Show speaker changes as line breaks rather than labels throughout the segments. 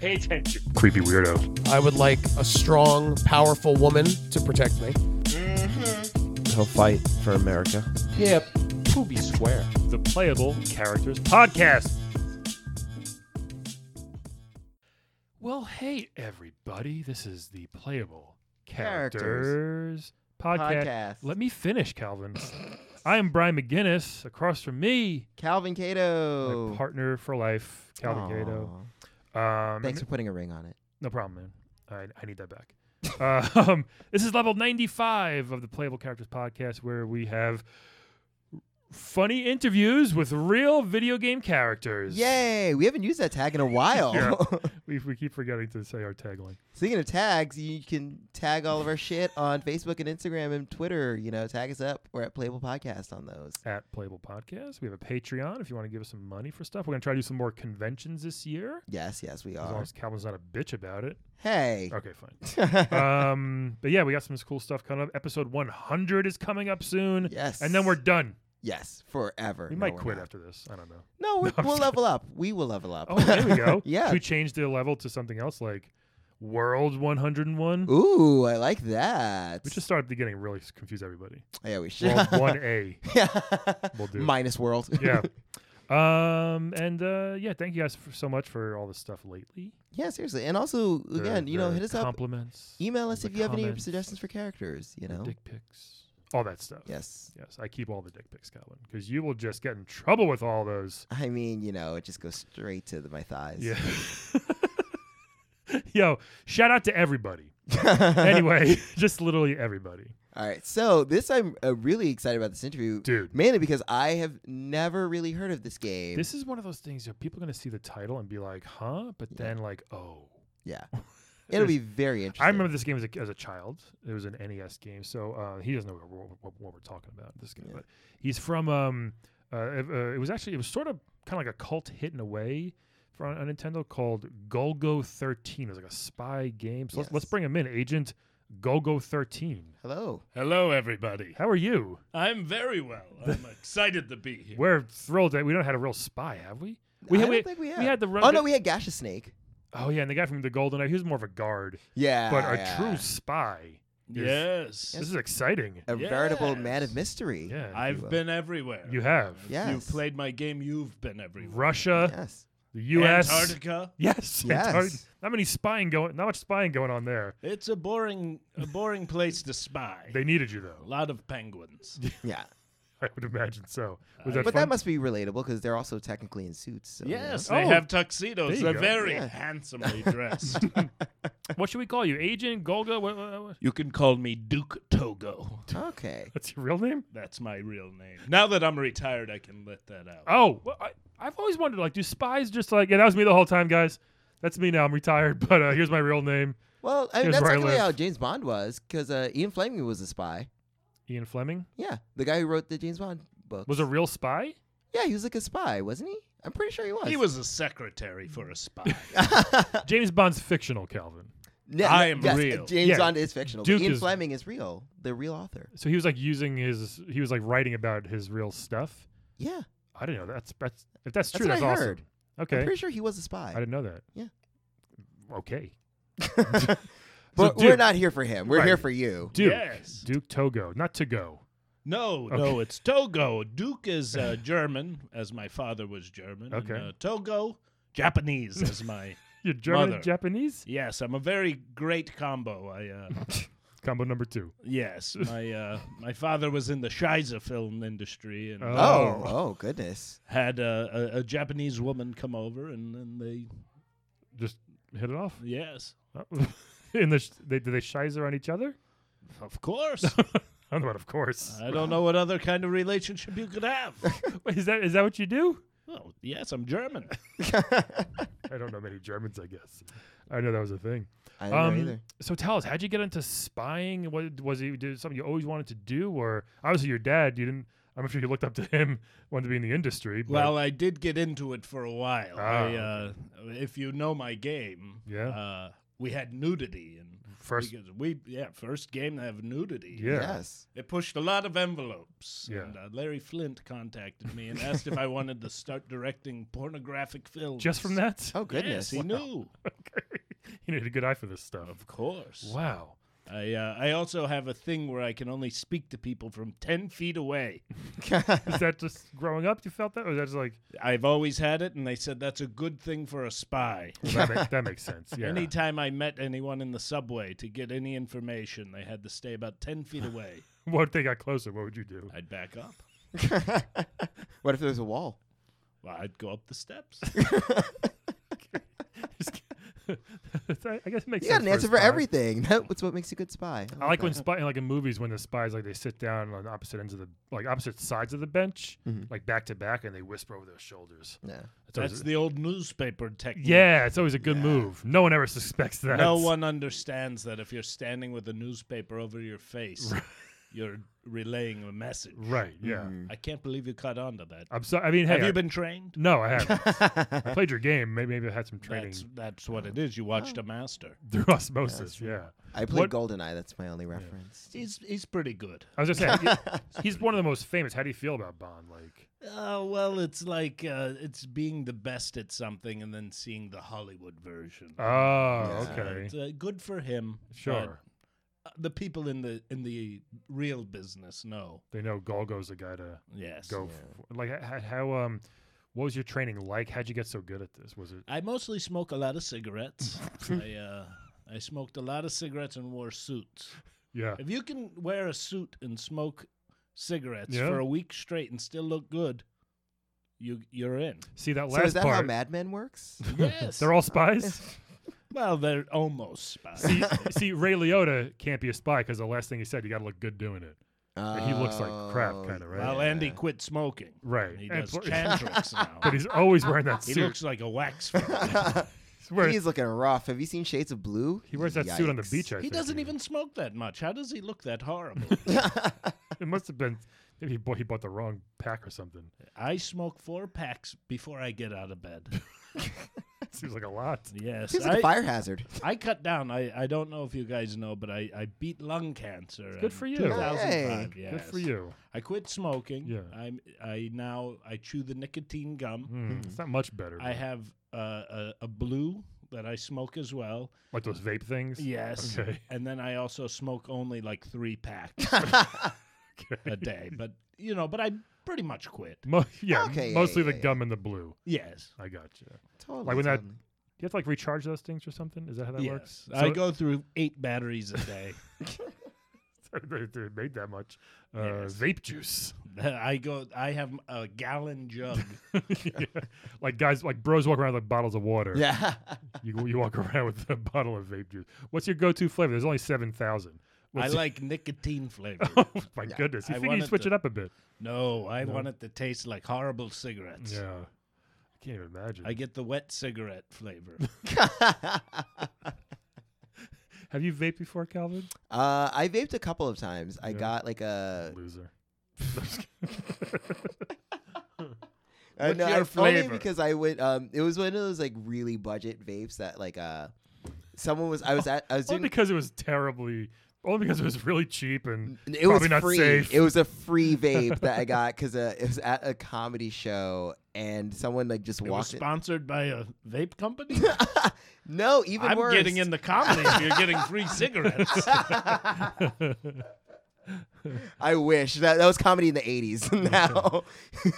Pay attention. Creepy weirdo.
I would like a strong, powerful woman to protect me.
He'll fight for America.
Mm-hmm. Yeah, be square.
the Playable Characters Podcast. Well, hey, everybody. This is the Playable Characters,
Characters
podcast.
Podcast.
Let me finish, Calvin. I am Brian McGinnis. Across from me,
Calvin Cato.
my partner for life, Calvin Cato.
Oh. Aw.
Um,
Thanks for putting a ring on it.
No problem, man. I, I need that back. um, this is level 95 of the Playable Characters Podcast, where we have funny interviews with real video game characters.
Yay! We haven't used that tag in a while.
Yeah. We, we keep forgetting to say our tagline.
Speaking of tags, you can tag all of our shit on Facebook and Instagram and Twitter. You know, tag us up. We're at Playable Podcast on those.
At Playable Podcast, we have a Patreon if you want to give us some money for stuff. We're going to try to do some more conventions this year.
Yes, yes, we
As long
are.
as Calvin's not a bitch about it.
Hey.
Okay, fine. um, but yeah, we got some cool stuff coming up. Episode 100 is coming up soon.
Yes.
And then we're done.
Yes, forever.
We
No,
might
we're
quit
not.
after this. I don't know.
No,
No,
we
I'm
we'll
just
level up. We will level up.
Oh, there we go.
Yeah.
Should we change the level to something else like World 101?
Ooh, I like that.
We just started getting really s- confuse everybody.
yeah, we should.
World 1A.
yeah.
We'll do.
Minus world.
Yeah. Um and uh yeah, thank you guys for so much for all this stuff lately.
yeah, seriously. And also,
The-
again, you know,
the
hit us up.
compliments.
Email us
the
if you have any
comments,
suggestions for characters, you
the
know?
Dick pics. All that stuff.
Yes.
Yes, I keep all the dick pics, Calvin, because you will just get in trouble with all those.
I mean, you know, it just goes straight to the, my thighs.
Yeah. Yo, shout out to everybody.
Yeah.
Anyway, just literally everybody.
All right. So, this I'm uh, really excited about this interview.
Dude.
Mainly because I have never really heard of this game.
This is one of those things that people are going to see the title and be like, huh? But
Yeah.
then, like, oh.
yeah. It'll be very interesting.
I remember this game as a, as a child. It was an NES game. So uh, he doesn't know what, what- what, what we're talking about in this game.
Yeah.
But he's from, um, uh, uh, it was actually, it was sort of kind of like a cult hit in a way for on, on Nintendo called Golgo 13. It was like a spy game. So let's, let's
Yes.
bring him in, Agent Golgo 13.
Hello.
Hello, everybody.
How are you?
I'm very well. I'm excited to be here.
We're thrilled that we don't have a real spy, have we? We
I
had-
don't
we-
think we
we
have.
had the run-
Oh, no, we had Gaseous Snake.
Oh, yeah. And the guy from the Golden Eye, he was more of a guard,
Yeah.
but a
yeah.
true spy. is-
yes.
This is exciting.
a veritable man of
Yes.
mystery.
Yeah.
I've
will.
been everywhere.
you have.
If
Yes.
You've played my game, you've been everywhere.
Russia,
Yes.
the US.
Antarctica.
Yes.
Yes.
Antarctica. Not many spying going not much spying going on there.
It's a boring a boring place to spy.
They needed you
a
though.
lot of penguins.
Yeah.
I would imagine so. Was
Uh,
that
But
fun?
that must be relatable because they're also technically in suits. So, you know.
yes,
Oh,
they have
there
tuxedos.
you
They're
go.
very
Yeah.
handsomely dressed.
what should we call you? Agent Golga? What, what, what-
you can call me Duke Togo.
Okay.
That's your real name?
That's my real name. Now that I'm retired, I can let that out.
Oh, well, I, I've always wondered like do spies just like yeah, that was me the whole time, guys. That's me now. I'm retired, but uh, here's my real name.
Well, I mean,
Here's
that's
where I
technically
live.
how James Bond was because uh, Ian Fleming was a spy.
Ian Fleming
Yeah. The guy who wrote the James Bond book.
was a real spy?
Yeah, he was like a spy, wasn't he? I'm pretty sure he was.
He was a secretary for a spy.
James Bond's fictional, Calvin.
Yeah,
I
no,
am
yes,
real.
James
Yeah.
Bond is fictional. but
Duke
Ian
is-
Fleming is real, the real author.
So he was like using his he was like writing about his real stuff.
Yeah.
I didn't know that. that's that's if that's
That's
true.
what
That's,
I
awesome.
heard. I'm
Okay,
pretty sure he was a
I
spy.
didn't know that.
Yeah.
Okay,
but we're
Duke-
not here for him. We're
Right.
here for you.
Duke
Yes.
Duke Togo, not to go.
No,
Okay.
no, it's Togo. Duke is uh, German, as my father was German. and,
Okay.
uh, Togo, Japanese, as my.
You're German
Mother.
and Japanese.
yes, I'm a very great combo. I uh,
Combo number two.
yes, my uh, my father was in the Shiza film industry and
Oh.
Oh, oh, goodness.
had uh, a, a Japanese woman come over, and then they
Just hit it off.
yes,
In the sh- they, do they shizer on each other?
of course.
I don't know. Of course.
I don't know what other kind of relationship you could have.
Wait, is that is that what you do?
oh, yes, I'm German.
I don't know many Germans. I guess. I know that was a thing.
I don't know
Um,
either.
So tell us, how'd you get into spying? What was it? Did it something you always wanted to do, or obviously your dad? You didn't. I'm sure you looked up to him, wanted to be in the industry. But
Well, uh, I did get into it for a while.
Ah,
I, uh, if you know my game,
Yeah.
uh, we had nudity and
First-
because we yeah first game to have nudity.
Yeah.
Yes.
It pushed a lot of envelopes.
Yeah.
And uh, Larry Flint contacted me and asked if I wanted to start directing pornographic films.
Just from that,
Oh goodness.
Yes, he
Wow.
knew.
you need a good eye for this stuff.
Of course.
Wow.
I uh, I also have a thing where I can only speak to people from ten feet away.
Is that just growing up? You felt that, or that's like
I've always had it, and they said that's a good thing for a spy.
that, make, that makes sense? Yeah.
Anytime I met anyone in the subway to get any information, they had to stay about ten feet away.
What if they got closer? What would you do?
I'd back up.
what if there's a wall?
Well, I'd go up the steps.
I I guess it makes.
You got
sense
an
a
answer for
spy.
everything. That's what makes a good spy.
I like when spy like in movies when the spies like they sit down on opposite ends of the like opposite sides of the bench,
Mm-hmm.
like back to back, and they whisper over their shoulders.
Yeah.
always
That's
a-
the old newspaper technique.
yeah, it's always a good move. No one ever suspects that.
No one understands that if you're standing with a newspaper over your face, you're relaying a message.
Right? Yeah.
I can't believe you caught on to that.
I'm sorry. I mean, hey,
Mm. Have
I-
you been trained?
No, I haven't. I played your game. Maybe, maybe I had some training Uh-huh. Oh. Mm-hmm.
That's that's what it is. You watched a master.
through osmosis. Yeah.
I played
What-
Goldeneye. That's my only reference.
He's he's pretty good.
I was just saying, y- he's one of the most famous. How do you feel about Bond? Like,
Uh, well, it's like uh, it's being the best at something and then seeing the Hollywood version.
oh, okay,
It's, uh, good for him. but,
sure.
uh, the people in the in the real business know.
They know Golgo's the guy to
Yes.
go. For. Like, h- h- how um, what was your training like? How'd you get so good at this? Was it
I mostly smoke a lot of cigarettes. I uh, I smoked a lot of cigarettes and wore suits.
yeah?
If you can wear a suit and smoke cigarettes
Yeah.
for a week straight and still look good, you you're in.
See that
So
last
is that how
part?
Mad Men works?
Yes.
They're all spies.
well, they're almost spies.
see, see, Ray Liotta can't be a spy because the last thing he said, you got to look good doing it. And he looks like crap,
Oh,
kind of right.
Well, Andy quit smoking.
Right.
He
And
does
pl-
hand tricks now.
But he's always wearing that
he
suit.
looks like a wax figure.
He's wearing-
He's looking rough. Have you seen Shades of Blue?
he wears that suit on the
Yikes.
beach. I
he
think,
doesn't
yeah.
even smoke that much. How does he look that horrible?
It must have been maybe he bought, he bought the wrong pack or something.
I smoke four packs before I get out of bed.
Seems like a lot.
Yes.
Seems like a
I-
fire hazard.
I cut down. I, I don't know if you guys know, but I, I beat lung cancer.
Good
in
for you.
2005.
Good for
yes.
you.
I quit smoking.
Yeah.
I'm I now I chew the nicotine gum.
Mm, It's not much better.
Hmm. I
but-
have uh, a a blue that I smoke as well.
like those vape things.
Yes.
Okay.
And then I also smoke only like three packs a day. But you know, but I pretty much quit.
Mo- yeah.
Okay, yeah,
mostly
yeah,
the
yeah,
gum and the blue.
Yes.
I got you. Do
Totally.
Like when that-
totally.
you have to like recharge those things or something? Is that how that works?
yes. I go through eight batteries a day.
they, they made that much uh,
Yes.
vape juice.
I go. I have a gallon jug.
Yeah. Like guys, like bros walk around with like bottles of water.
Yeah.
You you walk around with a bottle of vape juice. What's your go-to flavor? There's only seven thousand.
I
What's Oh.
like nicotine flavor.
your- my goodness, you
I
think you
wanted
switch
to-
it up a bit?
No, I want it to taste like horrible cigarettes.
Yeah. I can't even imagine.
I get the wet cigarette flavor.
Have you vaped before, Calvin?
Uh, I vaped a couple of times. I
Yeah.
got like a.
Loser.
I
What's
know,
your
I-
flavor?
Only because I would. Um, it was one of those like really budget vapes that like uh, someone was. I was at. I was
Only
doing.
because it was terribly. Only because it was really cheap and
It
probably
was
not
free.
safe.
It was a free vape that I got because uh, it was at a comedy show and someone like just
It was
walked. in.
sponsored by a vape company.
No, even
I'm
worse.
getting in the comedy if you're getting free cigarettes.
I wish that that was comedy in the '80s. now,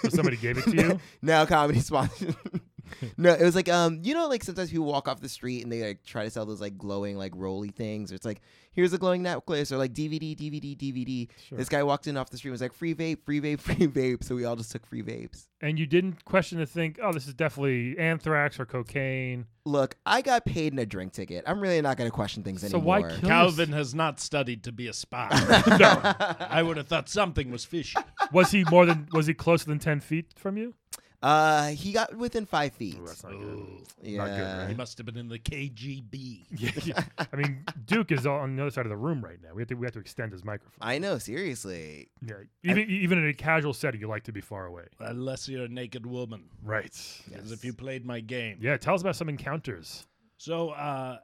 So somebody gave it to you.
now comedy sponsor. no, it was like um, you know, like sometimes people walk off the street and they like try to sell those like glowing like roly things. Or it's like here's a glowing necklace or like DVD, DVD, DVD. This guy walked in off the street and was like free vape, free vape, free vape. So we all just took free vapes.
and you didn't question to think, oh, this is definitely anthrax or cocaine.
Look, I got paid in a drink ticket. I'm really not gonna question things
So
anymore.
why kill
Calvin
yourself?
has not studied to be a spy.
No.
I would have thought something was fishy.
Was he more than? Was he closer than ten feet from you?
uh, he got within five feet.
Ooh, that's not
Ooh,
good. Not good.
Yeah.
he
Right?
must have been in the KGB.
Yeah, yeah. I mean, Duke is on the other side of the room right now. We have to we have to extend his microphone.
I know, seriously.
yeah, even even in a casual setting, you like to be far away.
Unless you're a naked woman.
Right.
Because if you played my game.
Yeah. Tell us about some encounters.
So uh,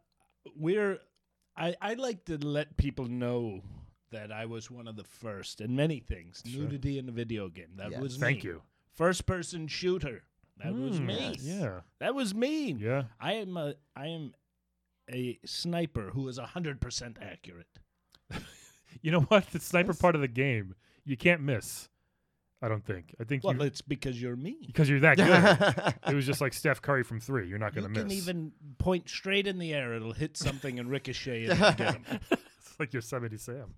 we're I, I like to let people know that I was one of the first in many things. Nudity in the video game. That
Yes.
was
Thank
me.
you.
First person shooter. That was
Mm,
me.
Yeah.
That was me.
Yeah.
I am a I am a sniper who is hundred percent accurate.
You know what? The sniper part of the game, you can't miss. I don't think. I think
Well,
you,
it's because you're me.
because you're that good. it was just like Steph Curry from three. You're not
You
going to
can
miss.
even point straight in the air; it'll hit something and ricochet and get 'em.
It's like Yosemite Sam.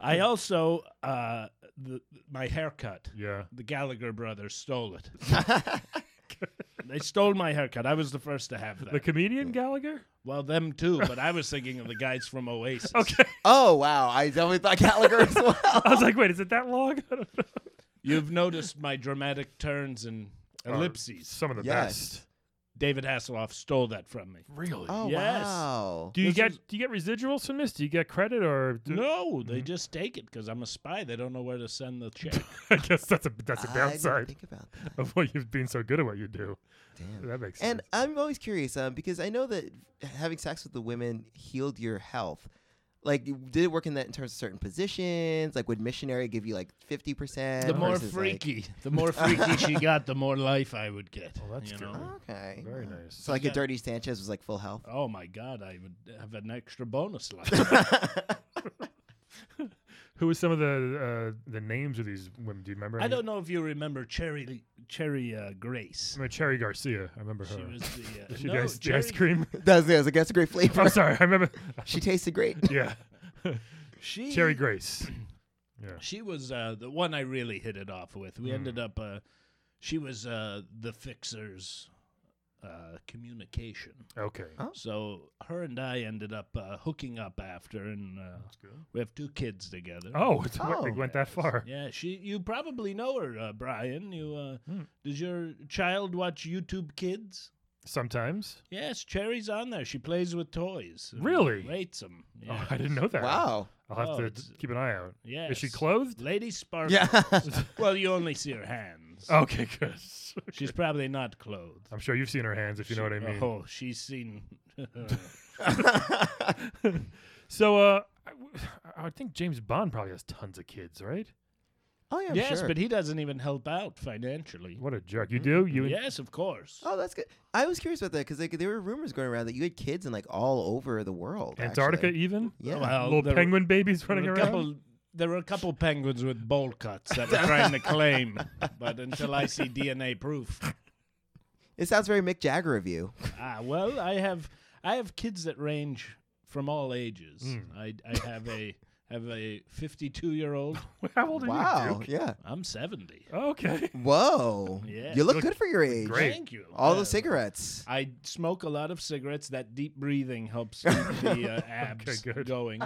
I also uh, the, my haircut.
Yeah.
The Gallagher brothers stole it. they stole my haircut. I was the first to have that.
The comedian Gallagher.
well, them too, but I was thinking of the guys from Oasis.
Okay.
oh wow, I definitely thought Gallagher as well.
I was like, wait, is it that long? I don't know.
You've noticed my dramatic turns and ellipses.
Some of the
Yes.
best.
David Hasselhoff stole that from me.
Really.
Oh
Yes.
wow.
Do you
This
get
is-
do you get residuals from this? Do you get credit or do, Mm-hmm.
No, they just take it because I'm a spy. They don't know where to send the check.
I guess that's a that's a
I didn't
downside
think about that.
of what you've been so good at what you do.
Damn.
That makes
And
sense.
I'm always curious um, because I know that having sex with the women healed your health. Like, did it work in that in terms of certain positions? Like, would missionary give you like 50%?
the more
versus, like-
freaky, the more freaky she got, the more life I would get.
Well, Oh, that's
you
good.
know?
okay.
Very
wow.
nice.
So, like,
Yeah.
a Dirty Sanchez was like full health.
Oh my God, I would have an extra bonus life.
Who was some of the uh, the names of these women? Do you remember?
I
any?
don't know if you remember Cherry Cherry uh, Grace.
I mean, Cherry Garcia. I remember her.
She was the uh,
She
no,
did ice, the
Cherry,
ice cream.
That's, that's, like, that's a great flavor.
I'm sorry. I remember.
She tasted great.
Yeah.
She,
Cherry Grace. Yeah.
She was uh, the one I really hit it off with.
Hmm.
We ended up. Uh, she was uh, the fixer's uh, communication.
Okay.
Oh.
So her and I ended up uh, hooking up after, and uh,
good.
we have two kids together.
Oh, it's, went- it
Oh.
went that far.
Yeah, she. You probably know her, uh, Brian. You uh,
Hmm.
does your child watch YouTube Kids?
Sometimes.
Yes, Cherry's on there. She plays with toys. and
Really?
rates them.
Oh, I didn't know that.
Wow.
I'll have
Oh,
to
it's-
d- keep an eye out.
Yeah.
Is she clothed?
Lady Sparkle.
Yeah.
well, you only see her hands.
Okay, good.
She's probably not clothed.
I'm sure you've seen her hands if you know what I mean.
Oh, she's seen.
So, uh, I, w- I would think James Bond probably has tons of kids, right?
oh, yeah. I'm
yes,
sure.
but he doesn't even help out financially.
What a jerk! You
Mm-hmm.
do? You?
Yes, of course.
Oh, that's good. I was curious about that because like, there were rumors going around that you had kids in like all over the world.
Antarctica
actually.
even?
Yeah.
Well,
Little
there were-
penguin babies
there
running
were a
around.
couple. There were a couple penguins with bowl cuts that were trying to claim, but until I see DNA proof,
It sounds very Mick Jagger of you.
ah, well, I have I have kids that range from all ages.
Hmm.
I, I have a have a 52 year old.
How old are you?
Wow.
Duke?
Yeah.
I'm 70.
Okay.
Whoa.
Yeah.
You look,
Look
good for your age.
great.
Thank you.
All
Yeah.
those cigarettes.
I smoke a lot of cigarettes. That deep breathing helps keep the uh, abs
good.
going.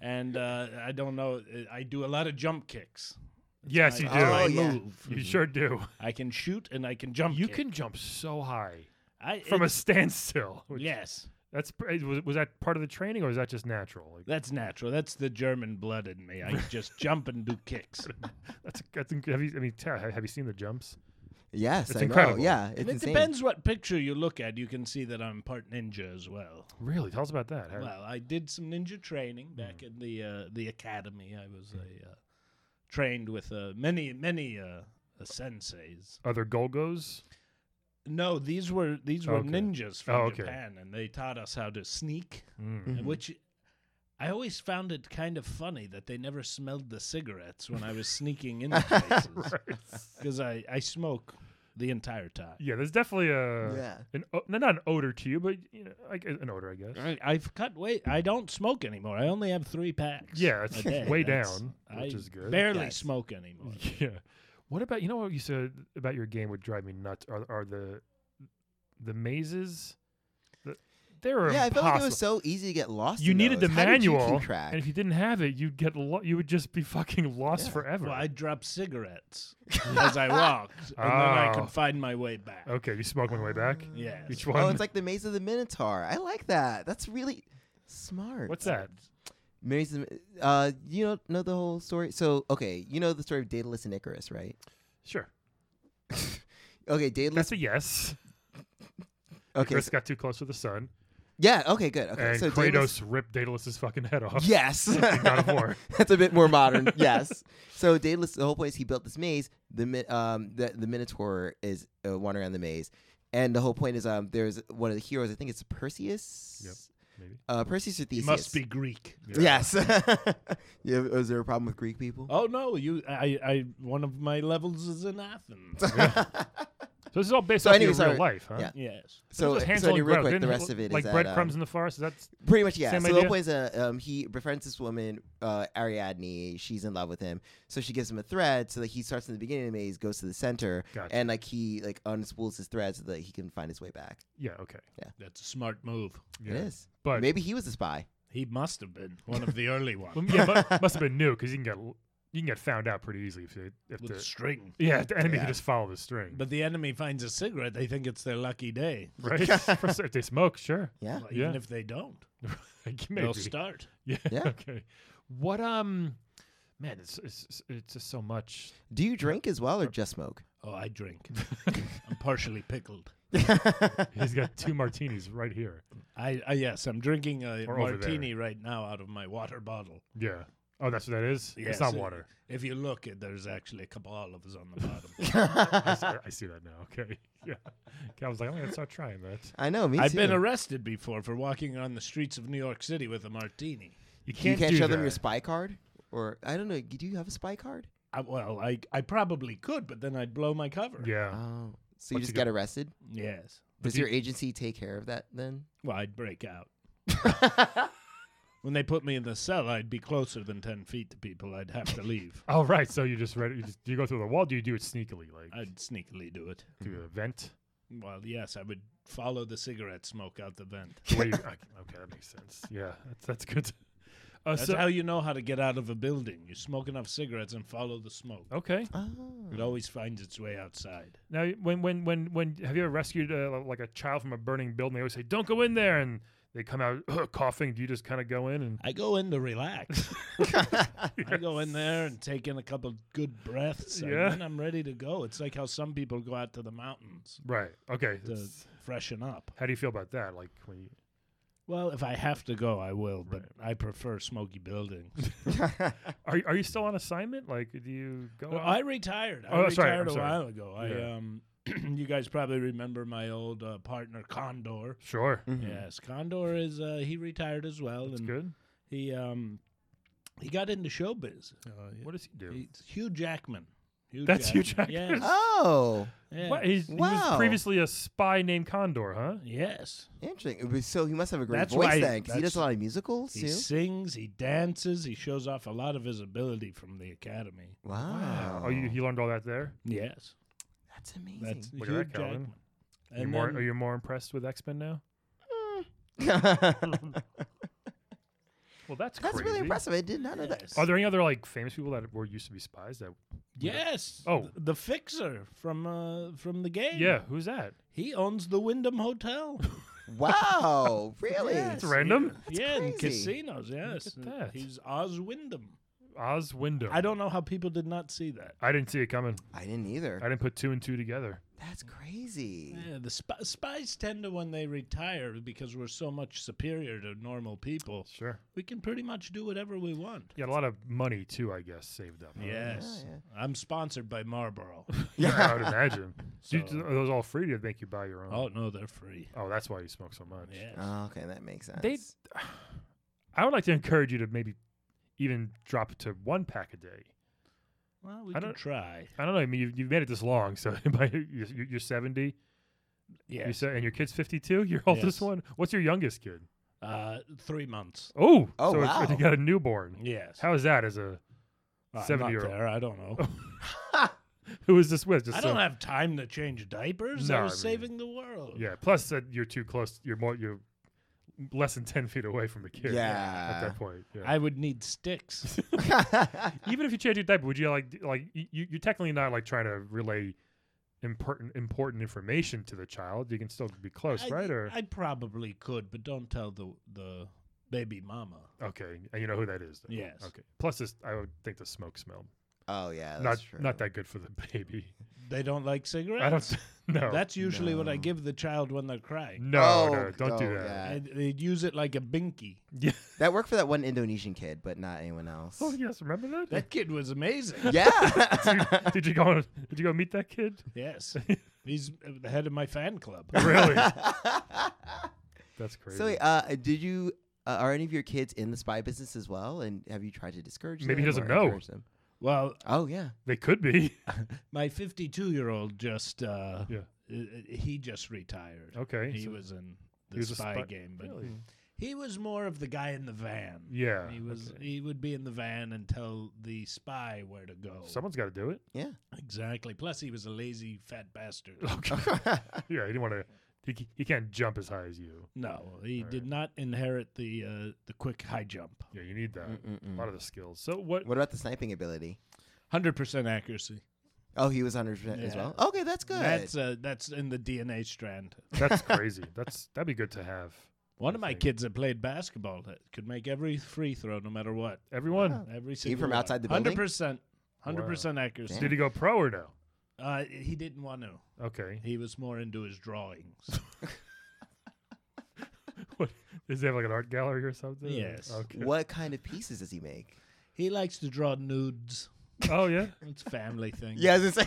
And uh, I don't know. I do a lot of jump kicks.
Yes, you do.
Oh,
I
yeah.
move. Mhm.
You sure do.
I can shoot and I can jump.
You
kick.
can jump so high
I,
from a
it-
standstill. which-
yes.
That's pr- eh, was, was that part of the training or is that just natural? Like,
That's natural. That's the German blood in me. I just jump and do kicks.
that's that's inc- have you, I mean, t- have you seen the jumps?
Yes,
It's
I know.
incredible.
Yeah, it's
And it
insane.
depends what picture you look at. You can see that I'm part ninja as well.
Really? Tell us about that. How-
Well, I did some ninja training back
Hmm.
in the uh, the academy. I was a uh, trained with uh, many many uh, uh, senseis.
Other Golgos?
No, these were these were
Okay.
ninjas from
Oh, okay.
Japan, and they taught us how to sneak.
Mm.
and Which I always found it kind of funny that they never smelled the cigarettes when I was sneaking into places because I I smoke the entire time.
Yeah, there's definitely a
Yeah.
an o- no, not an odor to you, but you know, like uh, an odor, I guess.
I, I've cut weight. I don't smoke anymore. I only have three packs.
Yeah,
a
it's
day.
way
That's-
down, which
I
is good.
Barely
Yes.
smoke anymore.
Yeah. What about you know what you said about your game would drive me nuts? Are are the the mazes? The, they're
Yeah, I
impossible.
felt like it was so easy to get lost.
you
in
needed the
those. How did you keep
manual,
track?
and if you didn't have it, you'd get lo- you would just be fucking lost
Yeah.
forever.
Well, I dropped cigarettes as I walked, and then I
Oh.
could find my way back.
okay, you smoked my way back.
Yeah.
Each one.
oh, it's like the Maze of the Minotaur. I like that. That's really smart.
What's that?
Maze of the, uh, you don't know the whole story. So okay, you know the story of Daedalus and Icarus, right?
Sure,
Okay, Daedalus.
that's a yes.
Okay,
Chris
so-
got too close to the sun.
Yeah. Okay. Good. Okay.
and
so
Kratos
Daedalus-
ripped Daedalus's fucking head off.
Yes.
in God of War.
That's a bit more modern. Yes. So Daedalus, the whole place he built this maze. The mi- um the, the Minotaur is uh, wandering around the maze, and the whole point is um there's one of the heroes. I think it's Perseus.
Yep, maybe.
Uh, Perseus or
He
Theseus.
must be Greek.
Yes. yeah, is there a problem with Greek people?
Oh no, you! I, I, one of my levels is in Athens.
So this is all based
So
on
anyway,
your
sorry.
real life, huh?
Yeah.
yes.
So,
Just
so,
Hansel and
real
Gretel.
quick, the
Didn't he
rest
look
of it is
like
that,
breadcrumbs
um,
in the forest. Is that
pretty much yeah.
Same
so the whole
idea?
point is uh, um, he befriends this woman uh, Ariadne. She's in love with him, so she gives him a thread. So that he starts in the beginning of the maze, goes to the center,
Gotcha.
and like he like unspools his thread so that he can find his way back.
yeah? Okay,
That's a smart move.
yeah.
It is.
But
Maybe he was a spy.
He must have been one of the early ones
Well, yeah, mu- must have been new because you can get you can get found out pretty easily if, the- if
with a
the
string.
yeah if the enemy
Yeah.
can just follow the string,
But the enemy finds a cigarette, they think it's their lucky day.
right? For sure, if they smoke, sure,
Yeah.
Well, even
Yeah.
if they don't,
maybe.
they'll start.
Yeah.
Yeah.
Okay. What um, man, it's it's it's just so much.
Do you drink as well or just smoke?
Oh, I drink. I'm partially pickled.
He's got two martinis right here.
I, I yes, I'm drinking a
Or over
martini right now out of my water bottle.
Yeah. Oh, that's what that is.
Yes,
it's not
uh,
water.
If you look, it, there's actually a couple olives on the bottom.
I, see, I see that now. Okay. Yeah. Calvin's like, I'm gonna start trying that.
I know. Me
I've
too.
been arrested before for walking on the streets of New York City with a martini.
You
you
can't,
can't
do
show
that.
them your spy card, or I don't know. Do you have a spy card?
I, well, I I probably could, but then I'd blow my cover.
Yeah.
Oh, so
But
you
you
just
got-
got arrested.
Yes.
Does your agency take care of that then?
Well, I'd break out. when they put me in the cell, I'd be closer than ten feet to people. I'd have to leave.
uh,
Oh right. So you just read it. You, just, do you go through the wall. Do you do it sneakily, like
I'd sneakily do it.
through the vent?
Well, yes, I would follow the cigarette smoke out the vent.
The way you, I, okay, that makes sense. Yeah, that's that's good. Uh,
That's
so,
how you know how to get out of a building. You smoke enough cigarettes and follow the smoke.
okay.
Oh,
It always finds its way outside.
Now, when when when when have you ever rescued uh, like a child from a burning building? They always say, "Don't go in there," and they come out coughing. Do you just kind of go in and
I go in to relax. I go in there and take in a couple good breaths, and
Yeah.
then I'm ready to go. It's like how some people go out to the mountains
right? Okay.
to
that's-
freshen up.
How do you feel about that? Like when you,
Well, if I have to go, I will, but I prefer smoky buildings.
are are you still on assignment? Like do you go?
Well,
out?
I retired. I
Oh, that's right. I'm
retired a
sorry.
while ago. I
Yeah.
um, you guys probably remember my old uh, partner Condor.
sure.
Yes, Condor is uh, he retired as well,
Mm. That's
and
good.
he um, he got into showbiz. Uh,
What does he do?
he's Hugh Jackman. Hugh
Oh, That's Hugh Jackman.
Yes.
oh,
yeah.
What? He's, He was
Wow.
previously a spy named Condor, huh?
yes.
interesting. It was- So he must have a great
That's
voice
why-
then, because he
that's-
does a lot of musicals
He
too.
sings. He dances. He shows off a lot of his ability from the academy.
Wow.
Oh, you, you learned all that there.
Yes,
That's amazing.
that's
Look at
Hugh
that, Calvin.
Jackman.
Are you more,
then-
are you more impressed with X Men now? Well, that's
that's
crazy.
really impressive. I did not know that.
Yes.
Are there any other like famous people that were used to be spies? That
Yes.
Oh.
th- the fixer from uh, from the game.
yeah, who's that?
he owns the Wyndham Hotel.
Wow, really?
Yes.
random.
yeah, in
crazy.
casinos. Yes,
at that.
he's Oz Wyndham.
Oz Wyndham.
I don't know how people did not see that.
I didn't see it coming.
I didn't
I
either.
didn't put two and two together.
That's crazy.
Yeah, the sp- spies tend to when they retire because we're so much superior to normal people.
Sure.
We can pretty much do whatever we want.
You got a lot of money too, I guess, saved up. huh?
Yes,
Oh,
I'm sponsored by Marlboro.
Yeah, I would imagine. Do you-
So-
are those all free? to make you buy your own?
oh no, they're free.
Oh, that's why you smoke so much.
Yes.
Oh, okay, that makes sense.
They- I would like to encourage you to maybe even drop it to one pack a day.
well, we
I
can
don't-
try.
I don't know. I mean, you've, you've made it this long, so by, you're, you're 70,
Yeah,
you say, and your kid's 52. Your oldest
Yes.
one. What's your youngest kid?
uh, three months.
Oh,
Oh,
so it's-
wow.
you got a newborn.
Yes,
How is that as a
I'm not
70-year-old.
there, I don't know.
who is this with? Just
I
so-
don't have time to change diapers.
No,
I
I
was
mean-
saving the world.
Yeah. Plus that you're too close. You're more. You're less than 10 feet away from the kid. At
Yeah.
that point. Yeah.
I would need sticks.
Even if you change your diaper, would you like d- like y- you? You're technically not like trying to relay important important information to the child. You can still be close,
I,
right? Or
I probably could, but don't tell the the baby mama.
okay, and you know who that is. Though.
Yes.
Okay. Plus, this I would think the smoke smelled
Oh yeah,
not
that's true.
not that good for the baby.
They don't like cigarettes.
I don't. No.
That's usually what I
No.
give the child when they're crying.
no,
Oh,
no, don't do
oh,
that.
yeah.
I, they'd use it like a binky.
Yeah.
That worked for that one Indonesian kid, but not anyone else.
Oh yes, remember that?
That kid was amazing.
yeah.
did you go? On, did you go meet that kid?
Yes, he's uh, the head of my fan club.
Really? That's crazy.
so wait, uh, did you? Uh, are any of your kids in the spy business as well? And have you tried to discourage them?
Maybe he doesn't
or
know.
encourage them?
Well,
Oh yeah.
they could be.
my 52 year old just uh,
Yeah.
uh, he just retired.
Okay.
he
so-
was in the
he was a
spy
spy-
game, but
Really?
he was more of the guy in the van.
Yeah.
He was.
okay.
He would be in the van and tell the spy where to go.
Someone's got to do it.
Exactly. Plus, he was a lazy fat bastard.
Yeah, he didn't want to. He, c- he can't jump as high as you.
No, he
All
did
right.
not inherit the uh, the quick high jump.
Yeah, you need that. A
Mm-mm-mm.
lot of the skills. So what?
What about the sniping ability?
Hundred percent accuracy.
Oh, he was hundred percent as
Yeah.
well. Okay, that's good.
That's uh, that's in the DNA strand.
That's crazy. That's that'd be good to have.
One of
I
my
think.
kids that played basketball that could make every free throw no matter what.
Everyone.
Every single
Even Oh. from
one.
outside the building?
100%. 100% accuracy.
Did he go pro or no?
Uh, he didn't want to.
Okay.
He was more into his drawings.
What, does he have like an art gallery or something?
Yes.
Okay.
What kind of pieces does he make?
he likes to draw nudes.
Oh yeah.
It's a family thing.
Yeah, I was gonna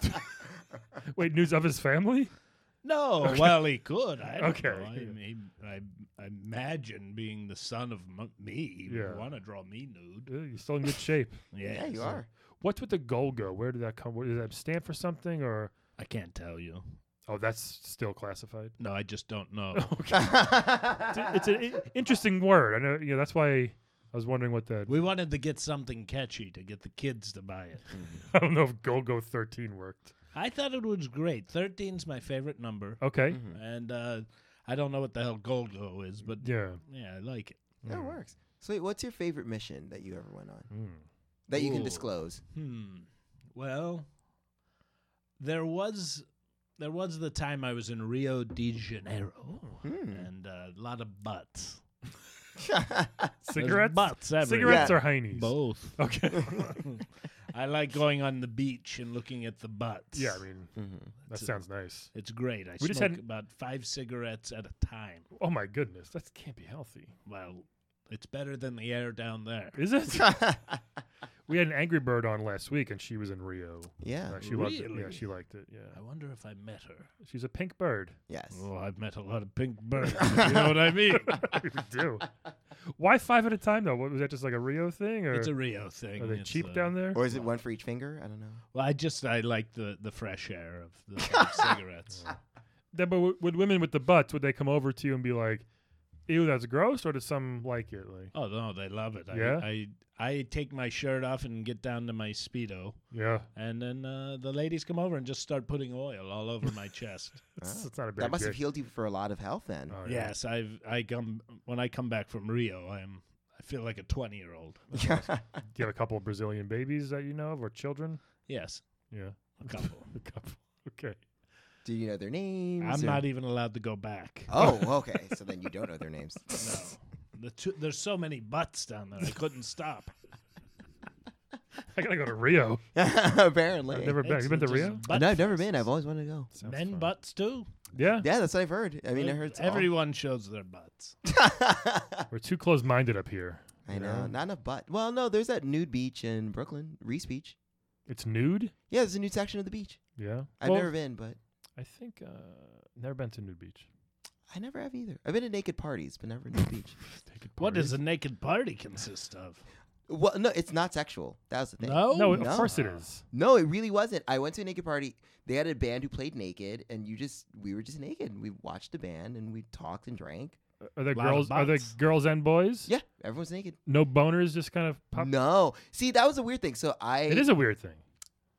say-
Wait, news of his family?
No, well, he could. I don't
Okay.
know. I, mean, I, I imagine being the son of m- me, he
Yeah.
would want to draw me nude.
Uh, You're still in good shape.
yeah, you
Yes.
are.
What's with the goal go? Where did that come? Where, does that stand for something or?
I can't tell you.
Oh, that's still classified.
No, I just don't know.
It's, it's an i- interesting word. I know. You know. That's why I was wondering what that.
we wanted to get something catchy to get the kids to buy it.
I don't know if Go Go 13 worked.
I thought it was great. 13's my favorite number.
Okay.
And uh, I don't know what the hell Golgo is, but yeah.
Yeah.
I like it.
That
Mm.
works. So, wait, what's your favorite mission that you ever went on
Mm.
that you can
Hmm. Ooh.
disclose?
Hmm. Well, there was there was the time I was in Rio de Janeiro, and uh, a lot of butts. There's
Cigarettes.
butts everywhere.
Cigarettes
Yeah.
or heinies?
Both.
Okay.
I like going on the beach and looking at the butts.
yeah. I mean,
Mm-hmm.
that
It's a-
sounds nice.
it's great. I
We
smoke
just had-
about five cigarettes at a time.
Oh my goodness, that can't be healthy.
Well, it's better than the air down there.
Is it? we had an Angry Bird on last week, and she was in Rio.
yeah.
Uh, she loved it. Yeah,
Really?
she liked it. Yeah.
I wonder if I met her.
She's a pink bird.
Yes.
Oh, I've met a lot of pink birds. if you know what I mean?
we do. Why five at a time though? What was that? Just like a Rio thing, or
It's a Rio thing.
are they
It's,
cheap
uh,
down there?
Or is it one for each finger? I don't know.
Well, I just I like the the fresh air of the of cigarettes.
Then, but w- would women with the butts would they come over to you and be like, "Ew, that's gross," or does some like it? Like,
Oh no, they love it. I,
Yeah?
I I take my shirt off and get down to my speedo,
yeah,
and then uh, the ladies come over and just start putting oil all over my chest.
it's, it's not a big
Ah. That must
deal.
have healed you for a lot of health then.
Uh,
Oh, yeah.
Yes, I've I come when I come back from Rio, I'm I feel like a twenty year old.
Do you have a couple of Brazilian babies that you know of, or children?
Yes,
Yeah,
a couple.
a couple. Okay.
Do you know their names?
I'm
or-
not e- even allowed to go back.
Oh, okay. So then you don't know their names.
No. The two, there's so many butts down there. I couldn't stop.
I gotta go to Rio.
Apparently.
I've never been. Have you been to
It's
Rio?
just
Uh,
butt
no, I've never
fest.
been. I've always wanted to go.
Sounds
Men
fun.
butts too.
Yeah.
Yeah, that's what I've heard. I mean, I heard it's all-
everyone shows their butts.
We're too closed-minded up here.
I
you
know, not enough butt. Well, no, there's that nude beach in Brooklyn, Reese Beach.
It's nude.
Yeah, there's a nude section of the beach.
Yeah.
I've
Well,
never been, but
I think uh, never been to nude beach.
I never have either. I've been to naked parties, but never nude beach.
What does a naked party consist of?
Well, no, it's not sexual. That was the thing.
No,
No, of
No.
course it is.
No, it really wasn't. I went to a naked party. They had a band who played naked, and you just we were just naked. and We watched the band and we talked and drank.
Are there
Lot of
girls? Are there
butts.
girls and boys?
Yeah, everyone's naked.
No boners, just kind of pop.
No, see that was a weird thing. So I
It is a weird thing.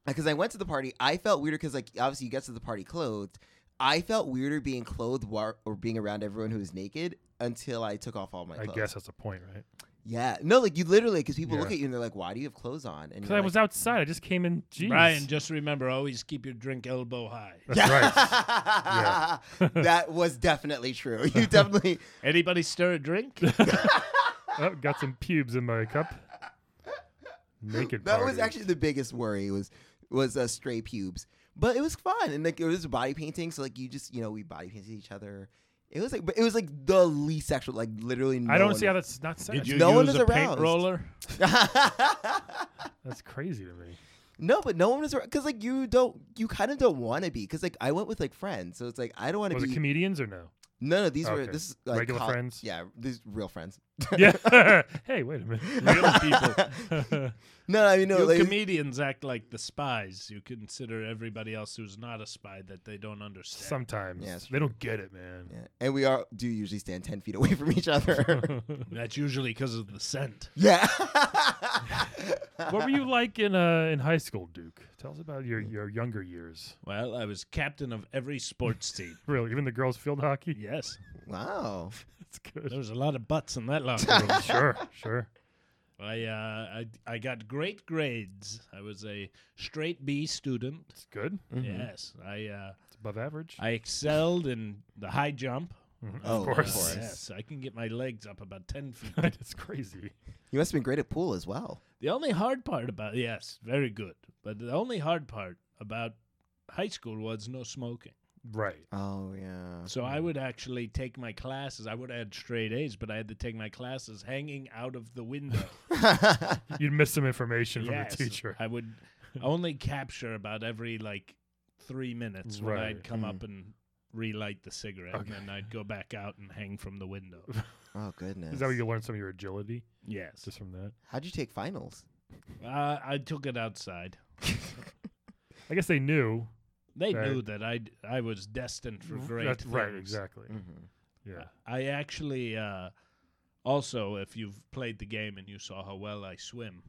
because I went to the party, I felt weirder because like obviously you get to the party clothed. I felt weirder being clothed war- or being around everyone who was naked until I took off all my
I
clothes.
guess that's the point, right?
Yeah. No, like you literally because people look
Yeah.
at you and they're like, "Why do you have clothes on?" And
Because
you're
I
like,
was outside. I just came in. Jeez.
Brian, just remember always keep your drink elbow high.
That's right.
that was definitely true. You definitely
Anybody stir a drink?
Oh, got some pubes in my cup. naked.
that was
parties.
actually the biggest worry was was uh, stray pubes, but it was fun and like it was body painting. So like you just you know we body painted each other. It was like but it was like the least sexual. Like literally, no
I don't
one
see how that's not sex.
Did you
No one
use
is
a paint
aroused.
roller?
That's crazy to me.
no, but no one was around because like you don't you kind of don't want to be because like I went with like friends, so it's like I don't want to
Was
be.
it comedians or no?
no, no, these were
Okay.
this is, like
Regular
col-
friends?
Yeah, these real friends.
Yeah. hey, wait a minute.
Real people.
No, I mean no.
you
like,
comedians act like the spies. You consider everybody else who's not a spy that they don't understand.
Sometimes
Yeah, that's
they don't get it, man.
yeah. And we are do usually stand ten feet away from each other.
That's usually because of the scent.
yeah.
what were you like in uh, in high school, Duke? Tell us about your, your younger years.
Well, I was captain of every sports team.
Really, even the girls' field hockey.
Yes,
wow.
That's good.
there was a lot of butts in that locker room.
sure, sure.
I, uh, I I got great grades. I was a straight B student.
It's good.
Yes, I uh,
It's above average.
I excelled in the high jump.
Oh,
of course.
course.
Yes, I can get my legs up about ten feet.
it's crazy.
You must have been great at pool as well.
The only hard part about yes, very good. But the only hard part about high school was no smoking.
Right.
Oh yeah.
So I would actually take my classes. I would have had straight A's, but I had to take my classes hanging out of the window.
You'd miss some information
Yes,
from your teacher.
I would only capture about every like three minutes when
Right.
I'd come up and relight the cigarette, and then I'd go back out and hang from the window.
Oh goodness.
Is that where you learned some of your agility?
yes,
Just from that?
How'd you take finals?
uh, I took it outside.
I guess they knew.
They
Right.
knew that I I was destined for great
That's right,
things. Mm.
exactly. Yeah.
I actually uh, also, if you've played the game and you saw how well I swim,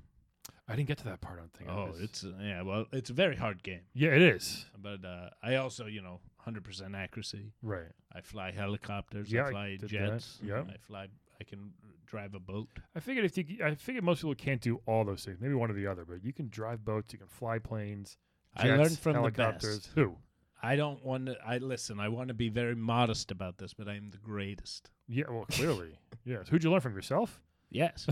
I didn't get to that part on thing. I
oh,
missed-
it's yeah, well, it's a very hard game.
yeah, it is.
But uh, I also, you know, hundred percent accuracy.
Right.
I fly helicopters.
Yeah, I
I fly
did that.
jets.
Yeah.
I fly. I can drive a boat.
I figured if you, c- I figured most people can't do all those things. Maybe one or the other, but you can drive boats, you can fly planes.
I
jets,
learned from
helicopters.
the best.
Who?
I don't want to. I listen. I want to be very modest about this, but I am the greatest.
Yeah. Well, clearly. yes. Who'd you learn from yourself?
Yes,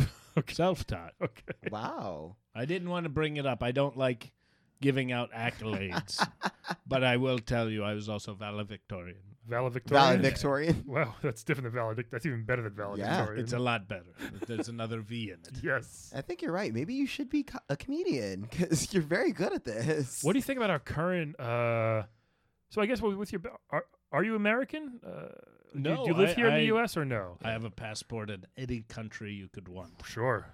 self-taught.
Okay.
Wow.
I didn't want to bring it up. I don't like giving out accolades, but I will tell you, I was also valedictorian.
Valedictorian.
Valedictorian.
Wow, that's different than valedict. That's even better than valedictorian.
It's a lot better. There's another V in it.
yes.
I think you're right. Maybe you should be co- a comedian because you're very good at this.
What do you think about our current? Uh, so I guess with with your, ba- are, are you American? Uh, do you- do,
No,
you live
I-
here in
I-
the U.S. or no?
I have a passport in any country you could want.
sure.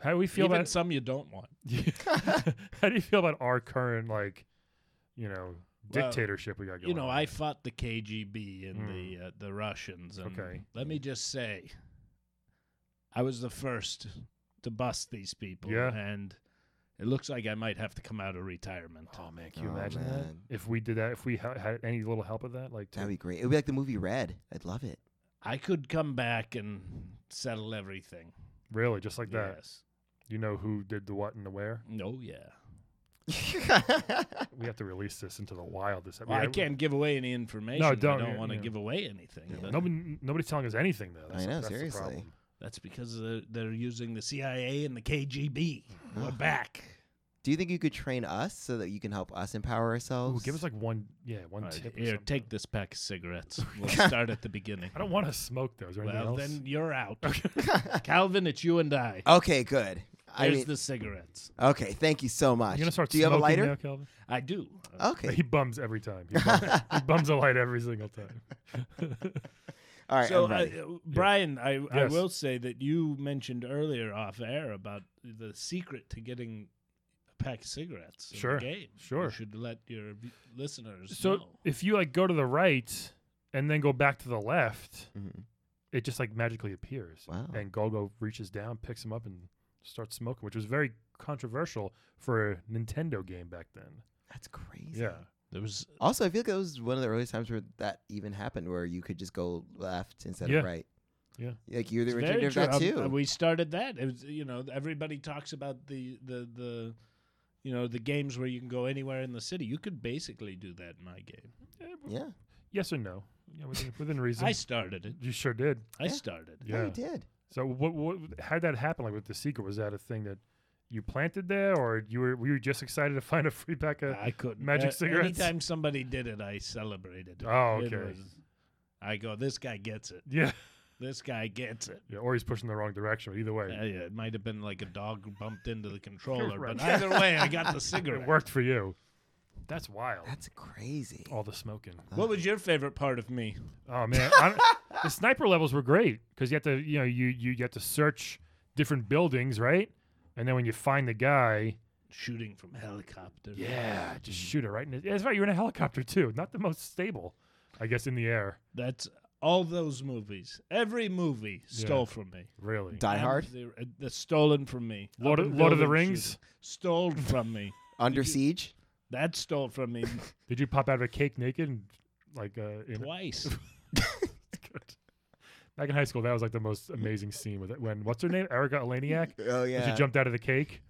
How do we feel
Even
about?
some you don't want.
how do you feel about our current like, you know,
Well,
dictatorship we got going?
You
on?
know,
Hmm.
I fought the KGB and the uh, the Russians. And
Okay.
Let me just say, I was the first to bust these people.
Yeah.
And it looks like I might have to come out of retirement.
Oh man, can you
Oh,
imagine
man.
that? If we did that, if we ha- had any little help of that, like, to-
That'd be great. It would be like the movie Red. I'd love it.
I could come back and settle everything.
really, just like that,
Yes.
you know who did the what and the where.
No. Yeah.
We have to release this into the wild. This
Well,
we-
I can't give away any information.
don't,
I don't
you-
want to
you know.
give away anything. but
Nobody, nobody's telling us anything though. That's,
know,
that's the
seriously.
problem.
That's because they're, they're using the CIA and the KGB. We're back.
Do you think you could train us so that you can help us empower
Ooh,
ourselves?
give us like one, yeah, one
All right,
tip. or
here,
something.
take this pack of cigarettes. We'll start at the beginning.
I don't want to smoke those. Or anything
Well,
else.
then you're out. Calvin, it's you and I.
Okay, good. I
Here's
mean,
the cigarettes.
okay, thank you so much.
you gonna start
Do you have a
smoking
lighter?
now, Calvin?
I do.
He
Okay.
bums every time. He bums, he bums a light every single time.
All right.
so,
I'm ready.
I- uh, Brian, I, I
Yes.
will say that you mentioned earlier off air about the secret to getting a pack of cigarettes. in the
Sure,
game.
sure.
You should let your v- listeners
So
know.
if you like go to the right and then go back to the left,
Mhm.
it just like magically appears.
Wow.
And Gogo reaches down, picks him up, and starts smoking, which was very controversial for a Nintendo game back then.
That's crazy.
Yeah.
There was
Also, I feel like that was one of the earliest times where that even happened, where you could just go left instead
Yeah.
of right.
Yeah.
Like you were the
It's very
originator of that
true.
too.
Um, we started that. It was, you know, everybody talks about the the the you know the games where you can go anywhere in the city. You could basically do that in my game.
yeah.
Eh, Yes or no? Yeah, within, within reason.
I started it.
you sure did.
I
Yeah.
started it.
Yeah,
Yeah.
you did.
So what, what? How did that happen? Like with the secret, was that a thing that you planted there, or you were were you just excited to find a free pack of?
I couldn't.
magic cigarettes?
Anytime somebody did it, I celebrated. it.
Oh,
It
okay.
was- I go, this guy gets it.
Yeah.
This guy gets it.
yeah, or he's pushing the wrong direction. Either way,
Yeah, yeah, it might have been like a dog who bumped into the controller,
Right.
but either way, I got the
it
cigarette.
worked for you. That's wild.
That's crazy.
All the smoking.
What was your favorite part of me?
Oh man, I, the sniper levels were great because you have to, you know, you, you you have to search different buildings, right? And then when you find the guy,
Shooting from helicopter. Ah,
yeah, just shoot it right in. His, yeah, that's right. You're in a helicopter too. Not the most stable, I guess, in the air.
That's all those movies. Every movie stole from me.
Really.
Die Hard,
They, uh, they're stolen from me.
Lord
Up
of-
in
Lord of the
building
Rings?
shooting. Stole from me.
Under Siege.
That stole from me
Did you pop out of a cake naked? And, like uh, in,
twice.
Good. Back in high school, that was like the most amazing scene with it. When what's her name, Erica Eleniak,
Oh yeah,
she jumped out of the cake,